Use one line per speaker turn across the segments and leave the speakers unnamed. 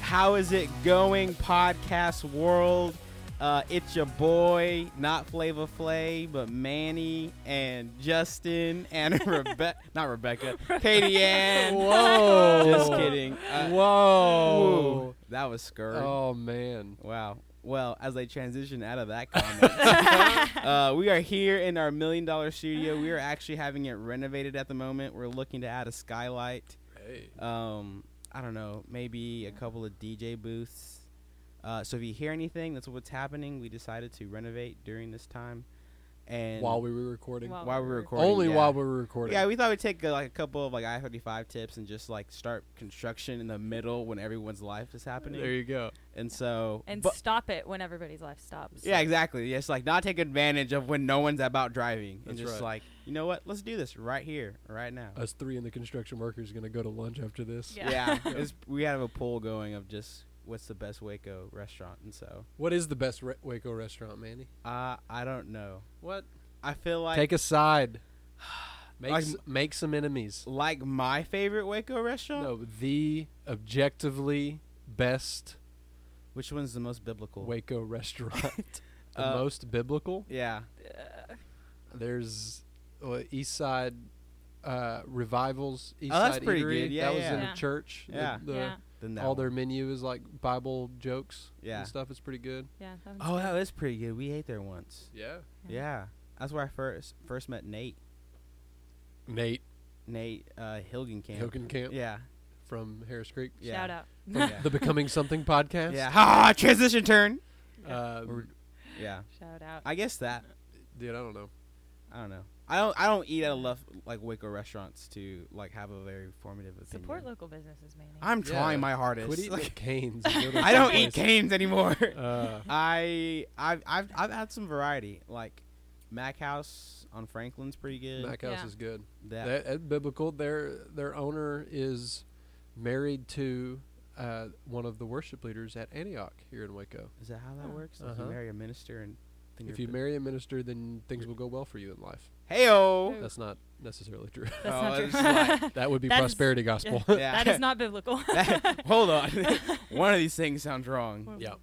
How is it going, podcast world? Uh, it's your boy, not Flavor Flay, but Manny and Justin and Rebecca, not Rebecca, Katie Ann.
Whoa.
Just kidding. Uh, ooh,
Whoa.
that was scurry.
Oh man.
Wow. Well, as I transition out of that comment, uh, we are here in our million dollar studio. We are actually having it renovated at the moment. We're looking to add a skylight.
Hey.
Um, I don't know, maybe a couple of DJ booths. Uh, so if you hear anything, that's what's happening. We decided to renovate during this time, and
While we were recording.
While
while we were
we're-
recording,
Only
yeah.
while we were recording.
Yeah, we thought we'd take uh, like a couple of like I thirty five tips and just like start construction in the middle when everyone's life is happening.
there you go.
And so,
and
but-
stop it when everybody's life stops.
Yeah, exactly. It's like not take advantage of when no one's about driving. and
That's
just
right. Uh,
like, you know what? Let's do this right here, right now.
Us three and the construction workers gonna go to lunch after this.
Yeah.
yeah. it's, we have a poll going of just what's the best Waco restaurant. And so,
What is the best re- Waco restaurant, Manny?
uh, I don't know.
What?
I feel like
Take a side. Make
Like-
s- make some enemies.
like my favorite Waco restaurant.
No, the objectively best
Which one's the most biblical?
Waco restaurant. the
Uh,
most biblical.
Yeah.
Uh,
There's uh, East Side uh, revivals. East
Oh, that's
Side
pretty
Eatery.
good. Yeah,
that was
yeah.
in
Yeah.
a church. The-
Yeah.
the-
yeah,
Then that
all
one.
their menu is like Bible jokes
Yeah.
and stuff. It's pretty good.
yeah. that one's
Oh,
good.
that was pretty good. We ate there once.
Yeah.
Yeah.
Yeah.
That's where I first first met Nate.
Nate
Nate uh Hilgenkamp.
Hilgenkamp
Yeah.
from Harris Creek.
yeah. Oh,
shout out.
From
Yeah.
the Becoming Something podcast.
Yeah. Ha! Transition turn.
Uh,
We're- Yeah.
Shout out.
I guess that.
dude, I don't know.
I don't know. I don't. I don't eat at enough like Waco restaurants to like have a very formative opinion.
Support local businesses, Manny.
I'm
Yeah.
trying my
Quit
hardest.
eating
Like,
like, canes. and go to
I don't eat
someplace.
canes anymore.
Uh,
I I've, I've I've had some variety. Like Mac House on Franklin's pretty good.
Mac House
Yeah.
is good.
that
That, that biblical. Their their owner is married to uh, one of the worship leaders at Antioch here in Waco.
is that how that works? Like you
Uh-huh.
marry a minister and think
If you marry a minister, then things will go well for you in life.
Heyo.
That's not necessarily true.
That's not true.
that would be
That's-
prosperity gospel.
Oh, Yeah.
that is not biblical.
Hold on. One of these things sounds wrong.
Yeah,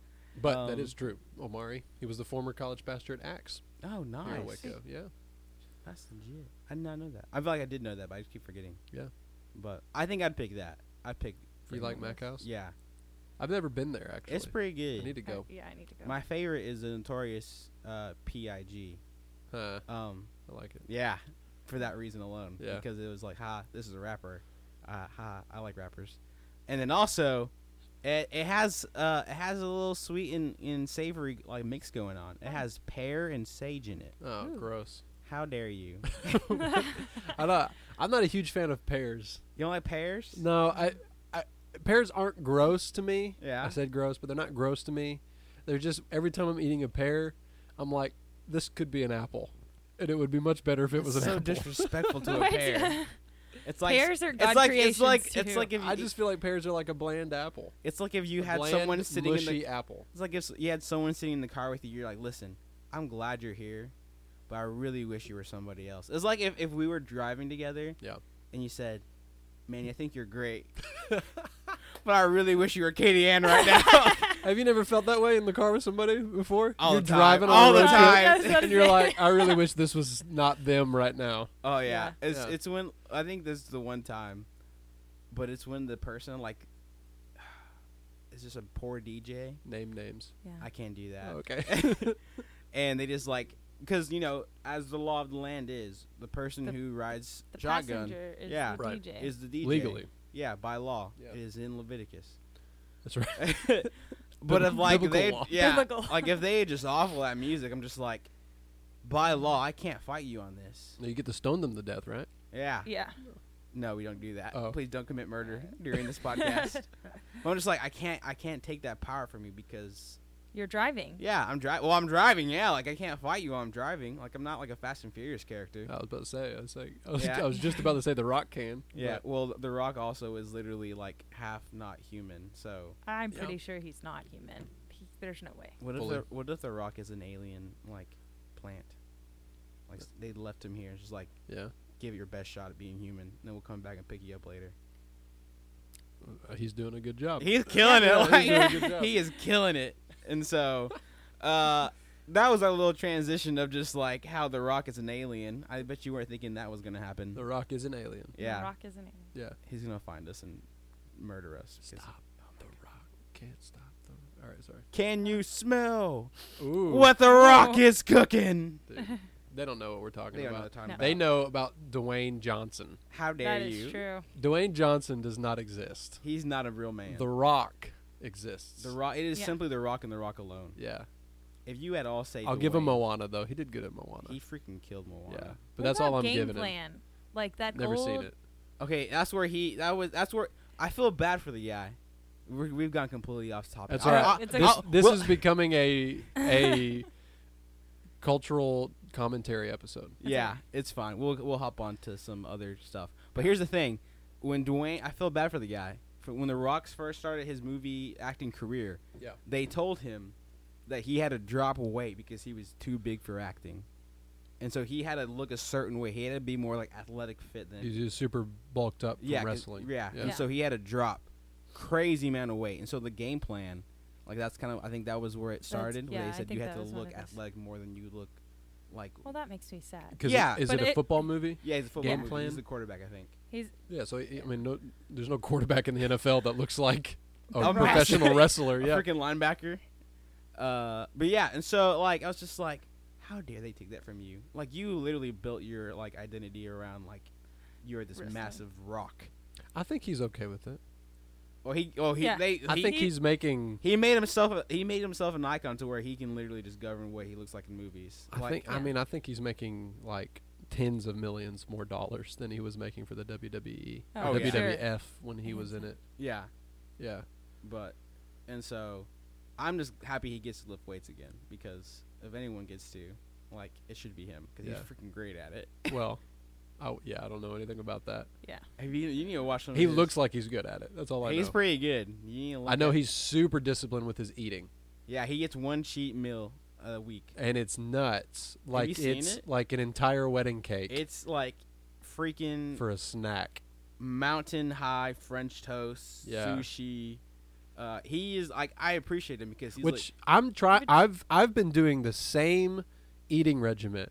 but that
Um,
is true. Omari, he was the former college pastor at Axe
Oh,
here
nice.
in Waco. Yeah,
That's legit. I did not know that. I feel like I did know that, but I just keep forgetting.
Yeah.
But I think I'd pick that. I'd pick.
you
Franklin
like
Moore.
Mac House?
Yeah.
I've never been there actually.
It's pretty
I need
good.
to go.
yeah, I need to go.
My favorite is the notorious uh, PIG.
Huh,
Um,
I like it.
yeah, for that reason alone.
Yeah.
Because it was like, ha, this is a rapper. Uh, ha, I like rappers. And then also, it, it has uh, it has a little sweet and, and savory like mix going on.
Mm.
It has pear and sage in it.
Oh,
Ooh.
gross.
How dare you?
I don't, I'm not a huge fan of pears.
You don't like pears?
No, I, I pears aren't gross to me.
Yeah.
I said gross, but they're not gross to me. They're just every time I'm eating a pear, I'm like, this could be an apple, and it would be much better if it was an
so
apple.
disrespectful to a
What?
pear. It's like
Pears are God
it's like, It's
creations
like
too.
it's like if you,
I just feel like pears are like a bland apple.
it's like if you
A
had
bland,
someone sitting in
mushy
the
apple.
it's like if you had someone sitting in the car with you. You're like, listen, I'm glad you're here, but I really wish you were somebody else. It's like if, if we were driving together,
Yeah.
and you said, "Man, I think you're great," but I really wish you were Katie Ann right now.
Have you never felt that way in the car with somebody before?
All
You're
the time.
driving on
All
a
the
road trip,
time.
That's what
and
it
you're
is.
like, I really wish this was not them right now.
oh yeah,
Yeah.
it's
Yeah.
it's when I think this is the one time, but it's when the person like. It's just a poor DJ.
Name names. Oh,
yeah.
I can't do that.
Okay.
and they just like because you know as the law of the land is the person
The-
who rides
the
shotgun
passenger is
Yeah.
the
Right.
DJ.
is the DJ
Legally,
yeah by law
Yeah.
it is in Leviticus
that's right.
but if like
Biblical
they
law.
yeah
Biblical.
like if they just awful at music I'm just like by law I can't fight you on this
No, you get to stone them to death, right?
yeah
yeah.
no we don't do that
Oh.
please don't commit murder during this podcast I'm just like I can't I can't take that power from you because
You're driving.
yeah I'm driving well I'm driving yeah like I can't fight you while I'm driving like I'm not like a Fast and Furious character
I was about to say. I was like, I was,
Yeah.
I was just about to say the rock can.
Yeah,
but
well, The Rock also is literally like half not human. So
I'm
Yeah.
pretty sure he's not human. He, there's no way.
what if
Fully.
the, what if The Rock is an alien like plant? Like s- they left him here, and just like
yeah.
give it your best shot at being human, and then we'll come back and pick you up later.
uh, he's doing a good job.
He's killing
Yeah,
it. Like,
he's doing a good job.
he is killing it. And so uh, that was our little transition of just like how The Rock is an alien. I bet you weren't thinking that was going to happen.
the Rock is an alien.
The
yeah.
Rock is an alien.
Yeah.
He's going to find us and murder us.
Stop. The Rock can't stop. The... All right, sorry.
Can you smell
Ooh.
what The Rock
Oh.
is cooking?
Dude, they don't know what we're talking
They don't know
about.
what they're talking
They
about.
know about Dwayne Johnson.
How dare
That is
you?
true.
Dwayne Johnson does not exist.
He's not a real man.
The Rock exists.
The Rock. It is
Yeah.
simply The Rock and The Rock alone.
Yeah.
If you at all say,
I'll give him
Dwayne,
Moana though. He did good at Moana.
He freaking killed Moana.
yeah. But that's
what
all
about
I'm
game
giving him.
plan? Like that
Never
gold,
seen it.
Okay, that's where he. That was. That's where I feel bad for the guy. We're, we've gone completely off topic.
That's
I-
all right.
I-
It's
this
I'll-
this
well-
is becoming a a cultural commentary episode.
yeah, it's fine. We'll we'll hop on to some other stuff. But here's the thing: when Dwayne, I feel bad for the guy. For when The Rock's first started his movie acting career,
Yeah.
they told him that he had to drop weight because he was too big for acting, and so he had to look a certain way. He had to be more like athletic fit than
He's just super bulked up from
yeah, 'cause-
wrestling.
Yeah.
Yeah.
And so he had to drop crazy amount of weight. And so the game plan, like that's kind of I think that was where it started. where
yeah,
they
I
said you
think that
had to
was one
look
of those.
athletic more than you look like
Well, that makes me sad.
'Cause
Yeah,
It, is
but
it a
it-
football movie?
Yeah, he's a football
Game
movie.
plan?
He's the quarterback, I think.
He's
Yeah. So I I mean, no, there's no quarterback in the NFL that looks like a
I'm not-
professional wrestler. Yeah.
Freaking linebacker. Uh but yeah, and so like I was just like, How dare they take that from you? Like you literally built your like identity around like you're this
Wrestling.
massive rock.
I think he's okay with it.
Well he oh he
Yeah.
they
I
he-
think he's making.
he made himself a, he made himself an icon to where he can literally just govern what he looks like in movies.
I
Like,
think. I
Yeah.
mean, I think he's making like tens of millions more dollars than he was making for the WWE or
Oh, yeah.
WWF when he was in it.
yeah.
Yeah.
But and so I'm just happy he gets to lift weights again because if anyone gets to, like, it should be him because
Yeah.
he's freaking great at it.
Well. I, yeah, I don't know anything about that.
yeah.
Have you, you need to watch him.
He looks like he's good at it. That's all I
Oh, he's
know.
pretty good. You need to look
I know
at-
he's super disciplined with his eating,
Yeah, he gets one cheat meal a week.
and it's nuts.
you
Like
seen
it's
it?
like an entire wedding cake
It's like freaking
for a snack.
mountain high French toast,
Yeah.
sushi. Uh, he is like I appreciate him because he's
which I'm trying. I've I've been doing the same eating regimen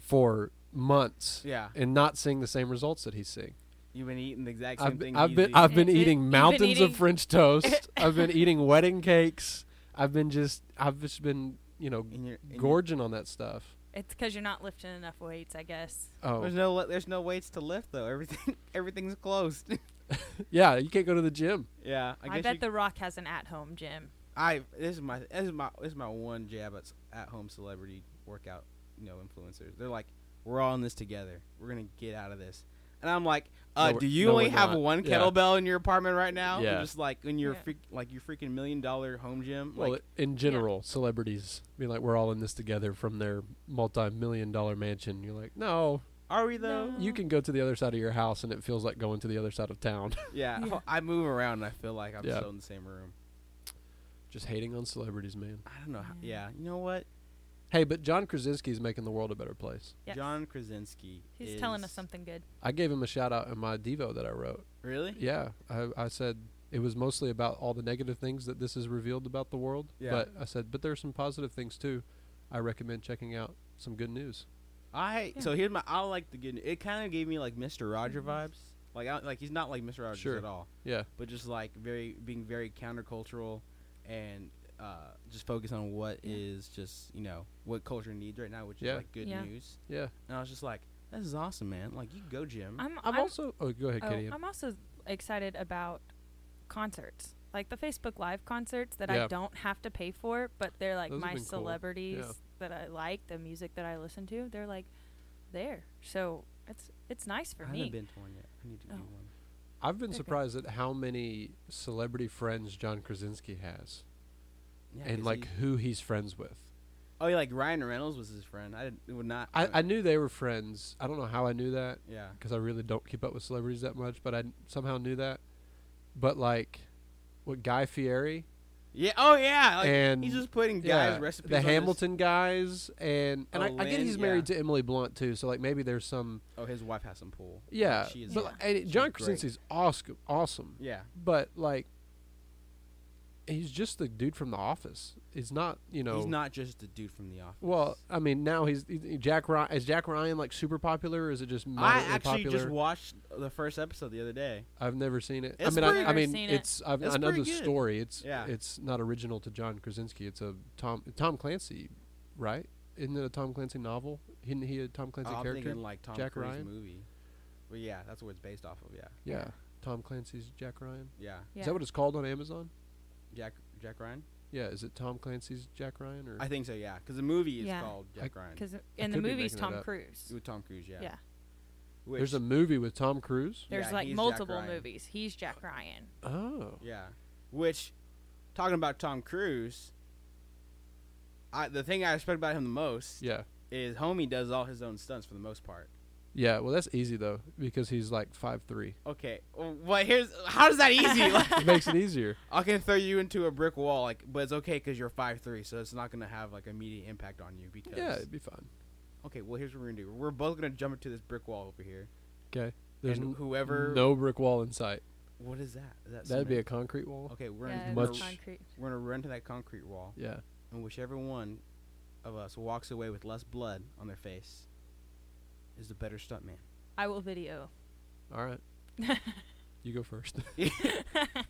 for months,
like, yeah,
and not seeing the same results that he's seeing.
you've been eating the exact same
I've,
thing.
I've
he's
been
eating.
I've been
It- it-
eating
you've been
mountains
eating-
of French toast. I've been eating wedding cakes. I've been just I've just been you know
And you're- and you're-
gorging on that stuff.
It's because you're not lifting enough weights, I guess.
Oh
There's no le- there's no weights to lift though. Everything everything's closed.
yeah, you can't go to the gym.
yeah, I,
I,
guess
bet
you,
The Rock has an at-home gym.
I this is my this is my this is my one jab at at home celebrity workout you know influencers. They're like, we're all in this together. We're gonna get out of this. And I'm like, uh,
No, we're-
do you
no,
only
we're
have
not.
one
Yeah.
kettlebell in your apartment right now? Or
Yeah.
Just like in your
Yeah.
freak, like your freaking million dollar home gym.
Well,
like,
in general, celebrities being like, "We're all in this together" from their multi-million dollar mansion. You're like, "No,
are we though?
No.
you can go to the other side of your house, and it feels like going to the other side of town."
Yeah.
Yeah.
I move around and I feel like I'm
Yeah.
still in the same room.
Just hating on celebrities, man.
I don't know. How, yeah.
Yeah.
You know what?
Hey, but John Krasinski's making the world a better place.
Yes.
John Krasinski.
He's telling us
is-
something good.
I gave him a shout out in my Devo that I wrote.
Really?
Yeah, I, I said it was mostly about all the negative things that this has revealed about the world.
Yeah.
But I said, but there are some positive things too. I recommend checking out some good news.
I
Yeah.
so here's my I like the good. It kind of gave me like Mister Roger vibes. Like I, like he's not like Mister Rogers
Sure.
at all,
Yeah,
but just like very being very countercultural and uh, just focus on what is
Yeah.
just you know what culture needs right now, which
Yeah.
is like good
Yeah.
news.
yeah.
And I was just like, this is awesome, man. Like you go, Jim.
I'm,
I'm,
I'm-
also. Oh, go ahead,
oh,
Katie.
I'm also excited about concerts, like the Facebook Live concerts that
Yeah.
I don't have to pay for, but they're like
Those have
my
been cool. Yeah.
celebrities that I like, the music that I listen to. They're like there, so it's it's nice for
I haven't
me.
been to one yet. I need to
Oh.
do one.
I've been
Okay.
surprised at how many celebrity friends John Krasinski has,
Yeah,
and
'cause
like
he-
who he's friends with.
oh, yeah, like Ryan Reynolds was his friend. I didn't, would not.
I, I knew they were friends. I don't know how I knew that
yeah.
because I really don't keep up with celebrities that much, but I n- somehow knew that. But like, what Guy Fieri
Yeah. Oh yeah. Like,
And,
he's just putting guys' recipes.
the
on his-
Hamilton guys, and and I, I get
Olin,
he's married
yeah.
to Emily Blunt too, so like maybe there's some
oh, his wife has some pool.
yeah.
She is.
but
Yeah.
like, and John
great.
Krasinski's awesome, awesome,
yeah.
but like he's just the dude from The Office. He's not you know
He's not just the dude from the office.
Well, I mean, now he's he- Jack Ryan. Is Jack Ryan like super popular? Or is it just
I
moderately
actually
popular?
just watched the first episode the other day.
I've never seen it.
It's
I mean,
pretty-
I, I mean,
Never seen it.
it's I've,
It's
I know the
pretty good.
story. It's
Yeah.
it's not original to John Krasinski. It's a Tom Tom Clancy, right? Isn't it a Tom Clancy novel? Isn't he a Tom Clancy
Oh, I'm
character?
thinking like Tom
Jack
Cruise
Ryan?
movie. But yeah, that's what it's based off of. Yeah.
yeah, Tom Clancy's Jack Ryan.
Yeah.
Yeah.
Is that what it's called on Amazon?
Jack Jack Ryan.
Yeah, is it Tom Clancy's Jack Ryan or?
I think so. Yeah, because the movie is
Yeah.
called Jack Ryan
Because in the
could be
movies,
making that
Tom
up.
Cruise.
with Tom Cruise. Yeah.
Yeah.
Which,
There's a movie with Tom Cruise.
There's
Yeah,
like
he's Jack
multiple
Ryan.
movies. He's Jack Ryan.
Oh,
Yeah. Which, talking about Tom Cruise, I, the thing I respect about him the most
yeah,
is homie does all his own stunts for the most part.
yeah. Well, that's easy though because he's like five three.
Okay. Well, but here's how is that easy? Like,
It makes it easier.
I can throw you into a brick wall, like, but it's okay because you're five three, so it's not gonna have like immediate impact on you because.
Yeah, it'd be fine.
Okay. Well, here's what we're gonna do. We're both gonna jump into this brick wall over here,
Okay. There's
and
n-
whoever.
no brick wall in sight.
What is that? Is that
That'd be a
cement?
concrete wall.
Okay, we're
Yeah,
gonna
it's
Much-
concrete.
we're gonna run to that concrete wall,
Yeah.
and whichever one of us walks away with less blood on their face is the better stuntman.
I will video.
All right. you go first.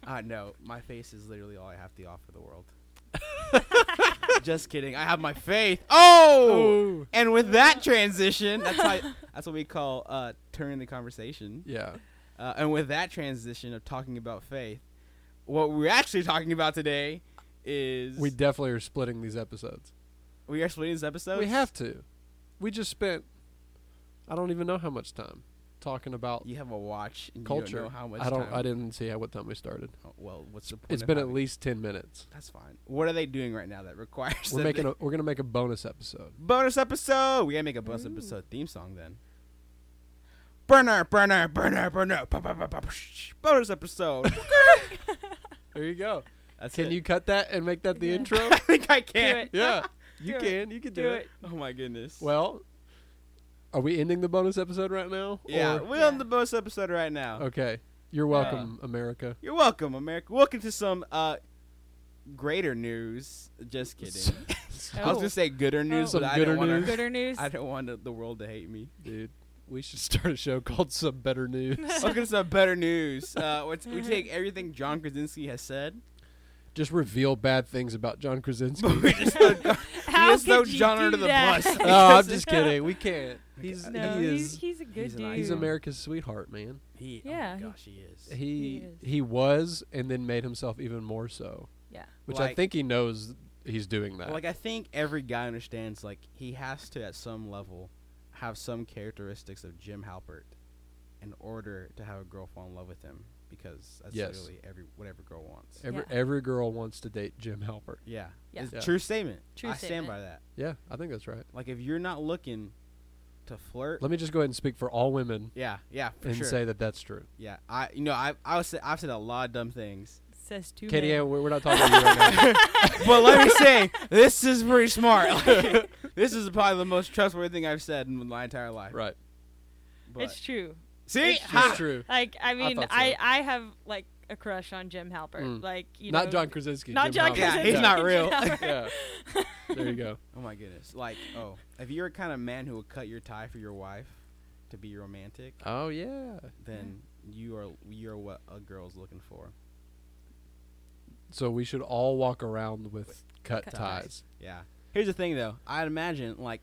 Ah, no, my face is literally all I have to offer the world. Just kidding. I have my faith. Oh, and with that transition, that's how, that's what we call uh, turning the conversation.
Yeah.
Uh, and with that transition of talking about faith, what we're actually talking about today is
We definitely are splitting these episodes.
we are splitting this episode.
we have to. We just spent I don't even know how much time talking about
You have a watch. And
culture.
You don't know how much
I don't
Time.
I didn't see how what time we started.
Oh, Well, what's the point?
It's
of
been at
having-
least 10 minutes.
That's fine. What are they doing right now that requires?
We're
that
making
they-
a, we're going to make a bonus episode.
bonus episode. We gotta make a bonus
Ooh.
episode theme song then. Burner, burner, burner, burner. pa- pa- pa- pa- psh, Bonus episode.
There you go.
That's
Can
it.
you cut that and make that the
Yeah.
intro?
I think I
Do
can.
it.
yeah. You
Do it.
can. You can do,
Do
it.
it.
Oh my goodness.
Well, are we ending the bonus episode right now?
yeah,
Or-
we're on the bonus episode right now.
Okay. You're welcome, America.
You're welcome, America. Welcome to some uh greater news. Just kidding. I was gonna say Oh. gooder news,
Some
but I
gooder
don't want
news.
Oh, Gooder news.
I don't want the world to hate me.
Dude, we should start a show called Some Better News.
Welcome to some better news. Uh, what's- we take everything John Krasinski has said.
Just reveal bad things about John Krasinski.
But we just put
How
just throw
could you
John
do
under the
that?
bus.
no, I'm just kidding. We can't. He's
No,
Uh, he
he's,
is
he's a good
he's an
dude.
icon.
he's America's sweetheart, man.
He,
Yeah,
Oh
he-
my gosh, he is.
He
is.
he was and then made himself even more so,
Yeah.
which I
Like-
think he knows he's doing that.
like I think every guy understands. Like he has to, at some level, have some characteristics of Jim Halpert in order to have a girl fall in love with him, because that's
Yes.
literally every whatever girl wants.
every
Yeah.
every girl wants to date Jim Halpert.
yeah,
Yeah.
It's a
Yeah.
true statement.
True
I stand
statement.
by that.
Yeah, I think that's right.
Like if you're not looking to flirt,
Let me just go ahead and speak for all women
yeah, yeah, for
and
sure.
say that that's true.
yeah, I you know I I was say, I've said a lot of dumb things,
Says two
Katie,
men.
Ann, we're we're not talking about you right now.
but let me say this is pretty smart. Like, this is probably the most trustworthy thing I've said in my entire life.
Right,
But
It's true.
see,
it's
ha!
it's true.
Like I mean, I,
thought so.
I, have like a crush on Jim Halpert.
Mm.
Like you
Not
know,
John Krasinski. Jim
not John
Halpert.
Yeah,
Krasinski.
he's not
Jim
real.
Halpert.
yeah. There you go.
Oh my goodness! Like, oh, if you're a kind of man who would cut your tie for your wife to be romantic,
Oh yeah.
then you are you're what a girl's looking for.
So we should all walk around with cut,
Cut
ties.
ties.
Yeah. Here's the thing, though. I'd imagine like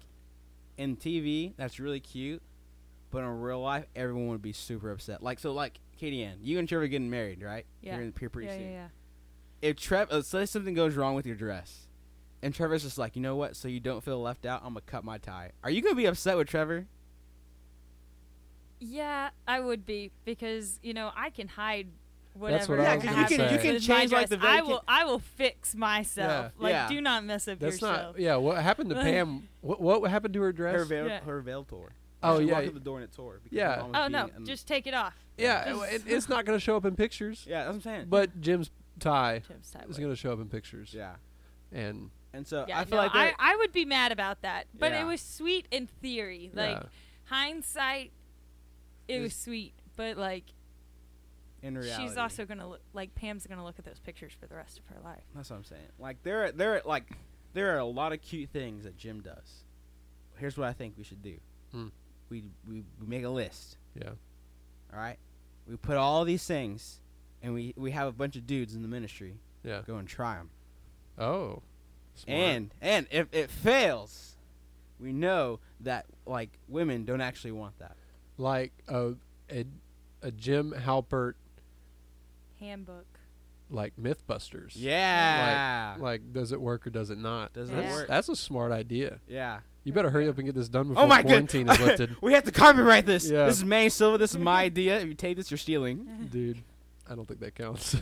in TV that's really cute, but in real life everyone would be super upset. Like, so like Katie Ann, you and Trevor getting married, right?
Yeah.
You're in here pretty
yeah, yeah,
soon.
yeah.
If Trevor, uh, say something goes wrong with your dress, and Trevor's just like, you know what? So you don't feel left out, I'm gonna cut my tie. Are you gonna be upset with Trevor?
Yeah, I would be because you know I can hide whatever.
That's what I
Yeah,
was
'cause
gonna
you can- you
say.
can
with my
change, like,
dress.
the
I
vacant-
will. I will fix myself.
Yeah.
Like,
Yeah.
do not mess up
That's
yourself.
not. Yeah. What happened to
Like-
Pam? What what happened to her dress?
Her veil,
Yeah.
her veil tore.
oh
She
yeah.
walked through the door and it tore. because
Yeah.
her mom was
oh no,
being an-
just take it off.
yeah.
Just-
it- it's not gonna show up in pictures.
yeah. That's what I'm saying.
But Jim's tie
Tim's tie.
is
would.
going to show up in pictures.
Yeah.
And
And so
Yeah,
I feel
no,
like that-
I, I would be mad about that, but
Yeah.
it was sweet in theory. Like
Yeah.
hindsight, it was
Is-
sweet, but like
in reality,
she's also gonna look like Pam's gonna look at those pictures for the rest of her life.
That's what I'm saying. Like there, are, there, are, like there are a lot of cute things that Jim does. Here's what I think we should do.
Hmm.
We, we we make a list.
yeah,
All right. We put all these things, and we we have a bunch of dudes in the ministry
yeah.
go and try them.
Oh, smart.
And and if it fails, we know that like women don't actually want that.
like a a, a Jim Halpert
Handbook.
like MythBusters.
Yeah.
Like, does it work or does it not?
Does
it
that's,
work?
That's a smart idea.
yeah.
You better hurry up and get this done before
Oh my
quarantine is lifted,
god. we have to copyright this.
Yeah.
This is May Silva. This is my idea. If you take this, you're stealing.
dude. I don't think that counts.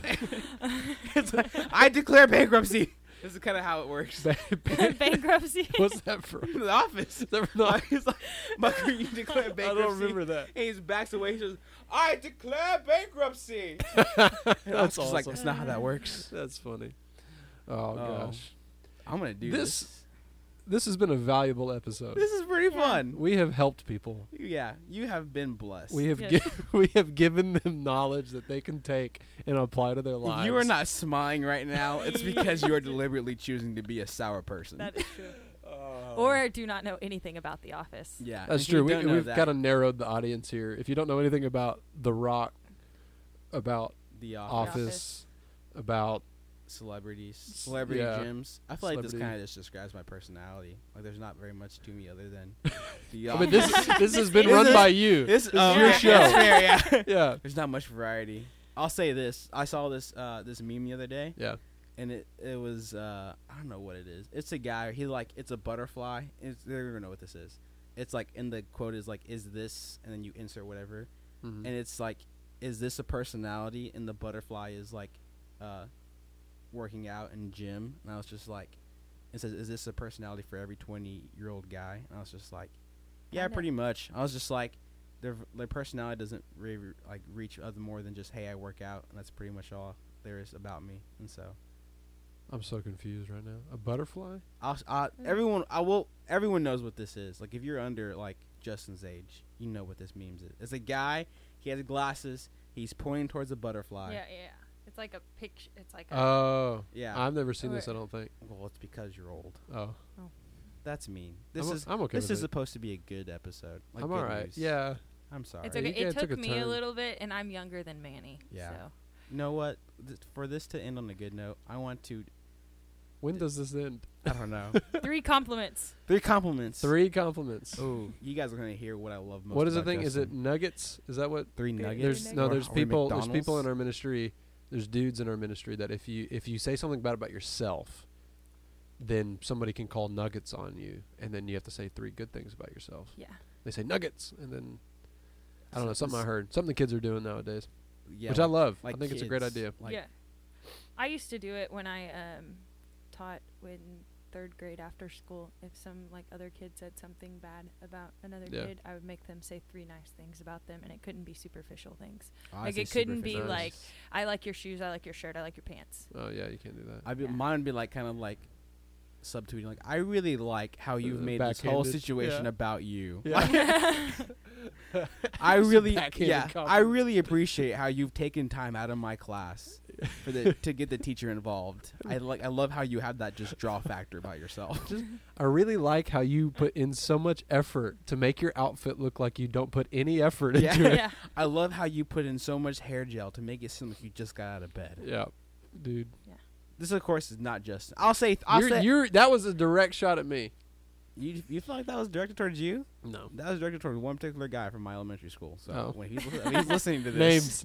It's like, I declare bankruptcy. This is kind of how it works.
Bankruptcy.
What's that for?
the office.
Never mind.
He's like, Mucker, you declare
I
bankruptcy.
don't remember that.
And he just backs away. He says, I declare bankruptcy. And I was
That's
just
awesome.
like, that's not how that works.
That's funny. Oh
Oh.
gosh,
I'm going to do
This-
this.
this has been a valuable episode.
This is pretty
Yeah.
fun.
we have helped people.
Yeah, you have been blessed.
We have
Yes.
gi- we have given them knowledge that they can take and apply to their lives.
If you are not smiling right now, it's because you are deliberately choosing to be a sour person.
that is true. Or do not know anything about The Office.
Oh. yeah,
Oh. That's
if you
true. We,
don't know
we've
that,
kind of narrowed the audience here. If you don't know anything about The Rock, about
the
Office,
office,
Office.
about
celebrities, celebrity
yeah.
gyms. I feel like this
Celebrity.
kind of just describes my personality. Like, there's not very much to me other than the
I
office.
mean, this this has been
This
run
is-
by you.
This, oh,
your
yeah,
show.
that's fair, yeah.
yeah,
There's not much variety. I'll say this. I saw this uh, this meme the other day,
yeah.
and it it was uh, I don't know what it is. It's a guy. He like it's a butterfly. It's, they're gonna know what this is. It's like in the quote is like is this, and then you insert whatever,
Mhm.
and it's like is this a personality? And the butterfly is like uh, working out in gym, and I was just like, it says is this a personality for every twenty year old guy? And I was just like, yeah,
Kinda.
pretty much. I was just like, their their personality doesn't really like reach other more than just hey, I work out, and that's pretty much all there is about me. And so,
I'm so confused right now. A butterfly?
I'll, I
Mm.
everyone I will everyone knows what this is. Like if you're under like Justin's age, you know what this memes is. It's a guy. He has glasses. He's pointing towards a butterfly.
Yeah, yeah. It's like a picture. It's like a.
Oh,
Yeah.
I've never seen this. I
Or-
don't think.
well, it's because you're old.
Oh,
That's mean. This
I'm, o-
is
I'm okay.
this
with
is
it.
supposed to be a good episode. Like
I'm
good
all right.
news.
Yeah.
I'm sorry.
it's
Alright,
okay.
you
It
guys took
took,
a
me a
turn.
little bit, and I'm younger than Manny.
Yeah.
So.
You know what? Th- for this to end on a good note, I want to.
When does this end?
I don't know.
Three compliments.
Three compliments.
Three compliments.
Oh, you guys are gonna hear what I love most.
What is the
about
thing? Is it
Justin.
nuggets? Is that what?
three nuggets?
There's no.
Or-
There's
or
people. There's people in
McDonald's?
our ministry. There's dudes in our ministry that if you if you say something bad about yourself, then somebody can call nuggets on you, and then you have to say three good things about yourself.
Yeah.
They say nuggets, and then I don't know
This
something I
is-
heard. Something the kids are doing nowadays,
yeah,
which I love.
like
I think it's a great
kids,
idea.
Like,
yeah. I used to do it when I um, taught in third grade after school. If some like other kid said something bad about another
Yeah.
kid, I would make them say three nice things about them, and it couldn't be superficial things.
Oh, I
Like,
say
it couldn't be,
superficial.
like- I like your shoes. I like your shirt. I like your pants.
Oh yeah, you can't do that.
I'd be,
Yeah.
mine would be like kind of like subtweeting. Like I really like how you've
Uh,
made this whole
backhanded.
situation
Yeah.
about you.
Yeah.
I
It's a
really,
backhanded
yeah, I
compliment.
really appreciate how you've taken time out of my class for the to get the teacher involved. I like, I love how you have that just draw factor about yourself.
I really like how you put in so much effort to make your outfit look like you don't put any effort
Yeah.
into it.
yeah.
I love how you put in so much hair gel to make it seem like you just got out of bed.
Yeah, dude.
This, of course, is not just. I'll say, I'll
You're,
say,
you're that was a direct shot at me.
you, you feel like that was directed towards you?
No
That was directed towards one particular guy from my elementary school. So
Oh.
when he's, li- when he's listening to this,
names,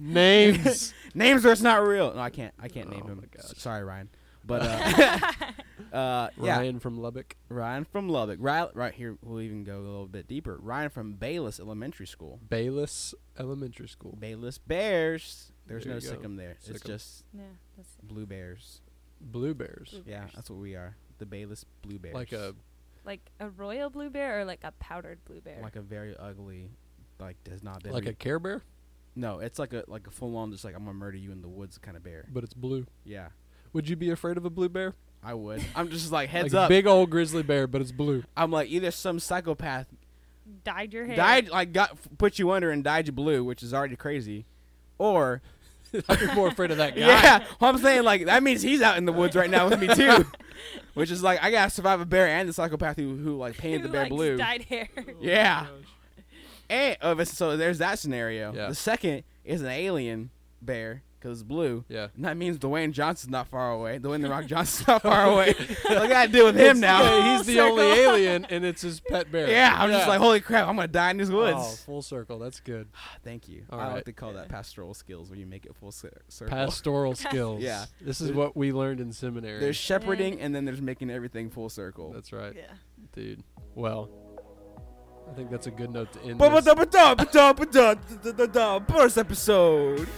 names.
names or it's not real. No, I can't. I can't name
Oh
him.
my gosh.
S- Sorry, Ryan. But uh, uh, yeah, Ryan.
Ryan from Lubbock.
from Lubbock. Right, right here. We'll even go a little bit deeper. Ryan from Bayless Elementary School.
Bayless Elementary School.
Bayless Bears. There's
There
no
you go.
Sikkim there. It's
Sikkim.
just
Yeah. That's
Blue Bears.
Blue Bears.
Blue
Yeah,
Bears.
that's what we are. The Bayless Blue Bears.
Like a
like a royal blue bear or like a powdered blue bear.
like a very ugly, like does not been
like
re-
a Care Bear.
No, it's like a like a full on just like I'm gonna murder you in the woods kind of bear.
But it's blue.
Yeah,
Would you be afraid of a blue bear?
I would. I'm just like heads
like a
up.
big old grizzly bear, but it's blue.
I'm like either some psychopath
Dyed your hair.
dyed like got f- put you under and dyed you blue, which is already crazy, or
I'd be more afraid of that guy.
yeah, well, I'm saying like that means he's out in the woods right now with me too, which is like I gotta survive a bear and the psychopath who who like painted
Who
the bear
likes
blue.
Dyed hair.
Yeah. And of it, so there's that scenario.
Yeah.
The second is an alien bear because it's blue.
Yeah.
And that means Dwayne Johnson's not far away. Dwayne the Rock Johnson's not far away. So I gotta deal with him now.
Yeah, he's the only alien, and it's his pet bear.
Yeah, I'm just like, holy crap, I'm gonna die in these woods.
Oh, full circle. That's good.
Thank you.
All
I like
right.
to call that pastoral skills when you make it full cir- circle.
Pastoral skills.
Yeah.
This is what we learned in seminary.
there's shepherding and then there's making everything full circle.
that's right,
Yeah.
dude. Well, I think that's a good note to end. this.
Ba-ba-da-ba-da-ba-da-ba-da-da-da-da. First episode.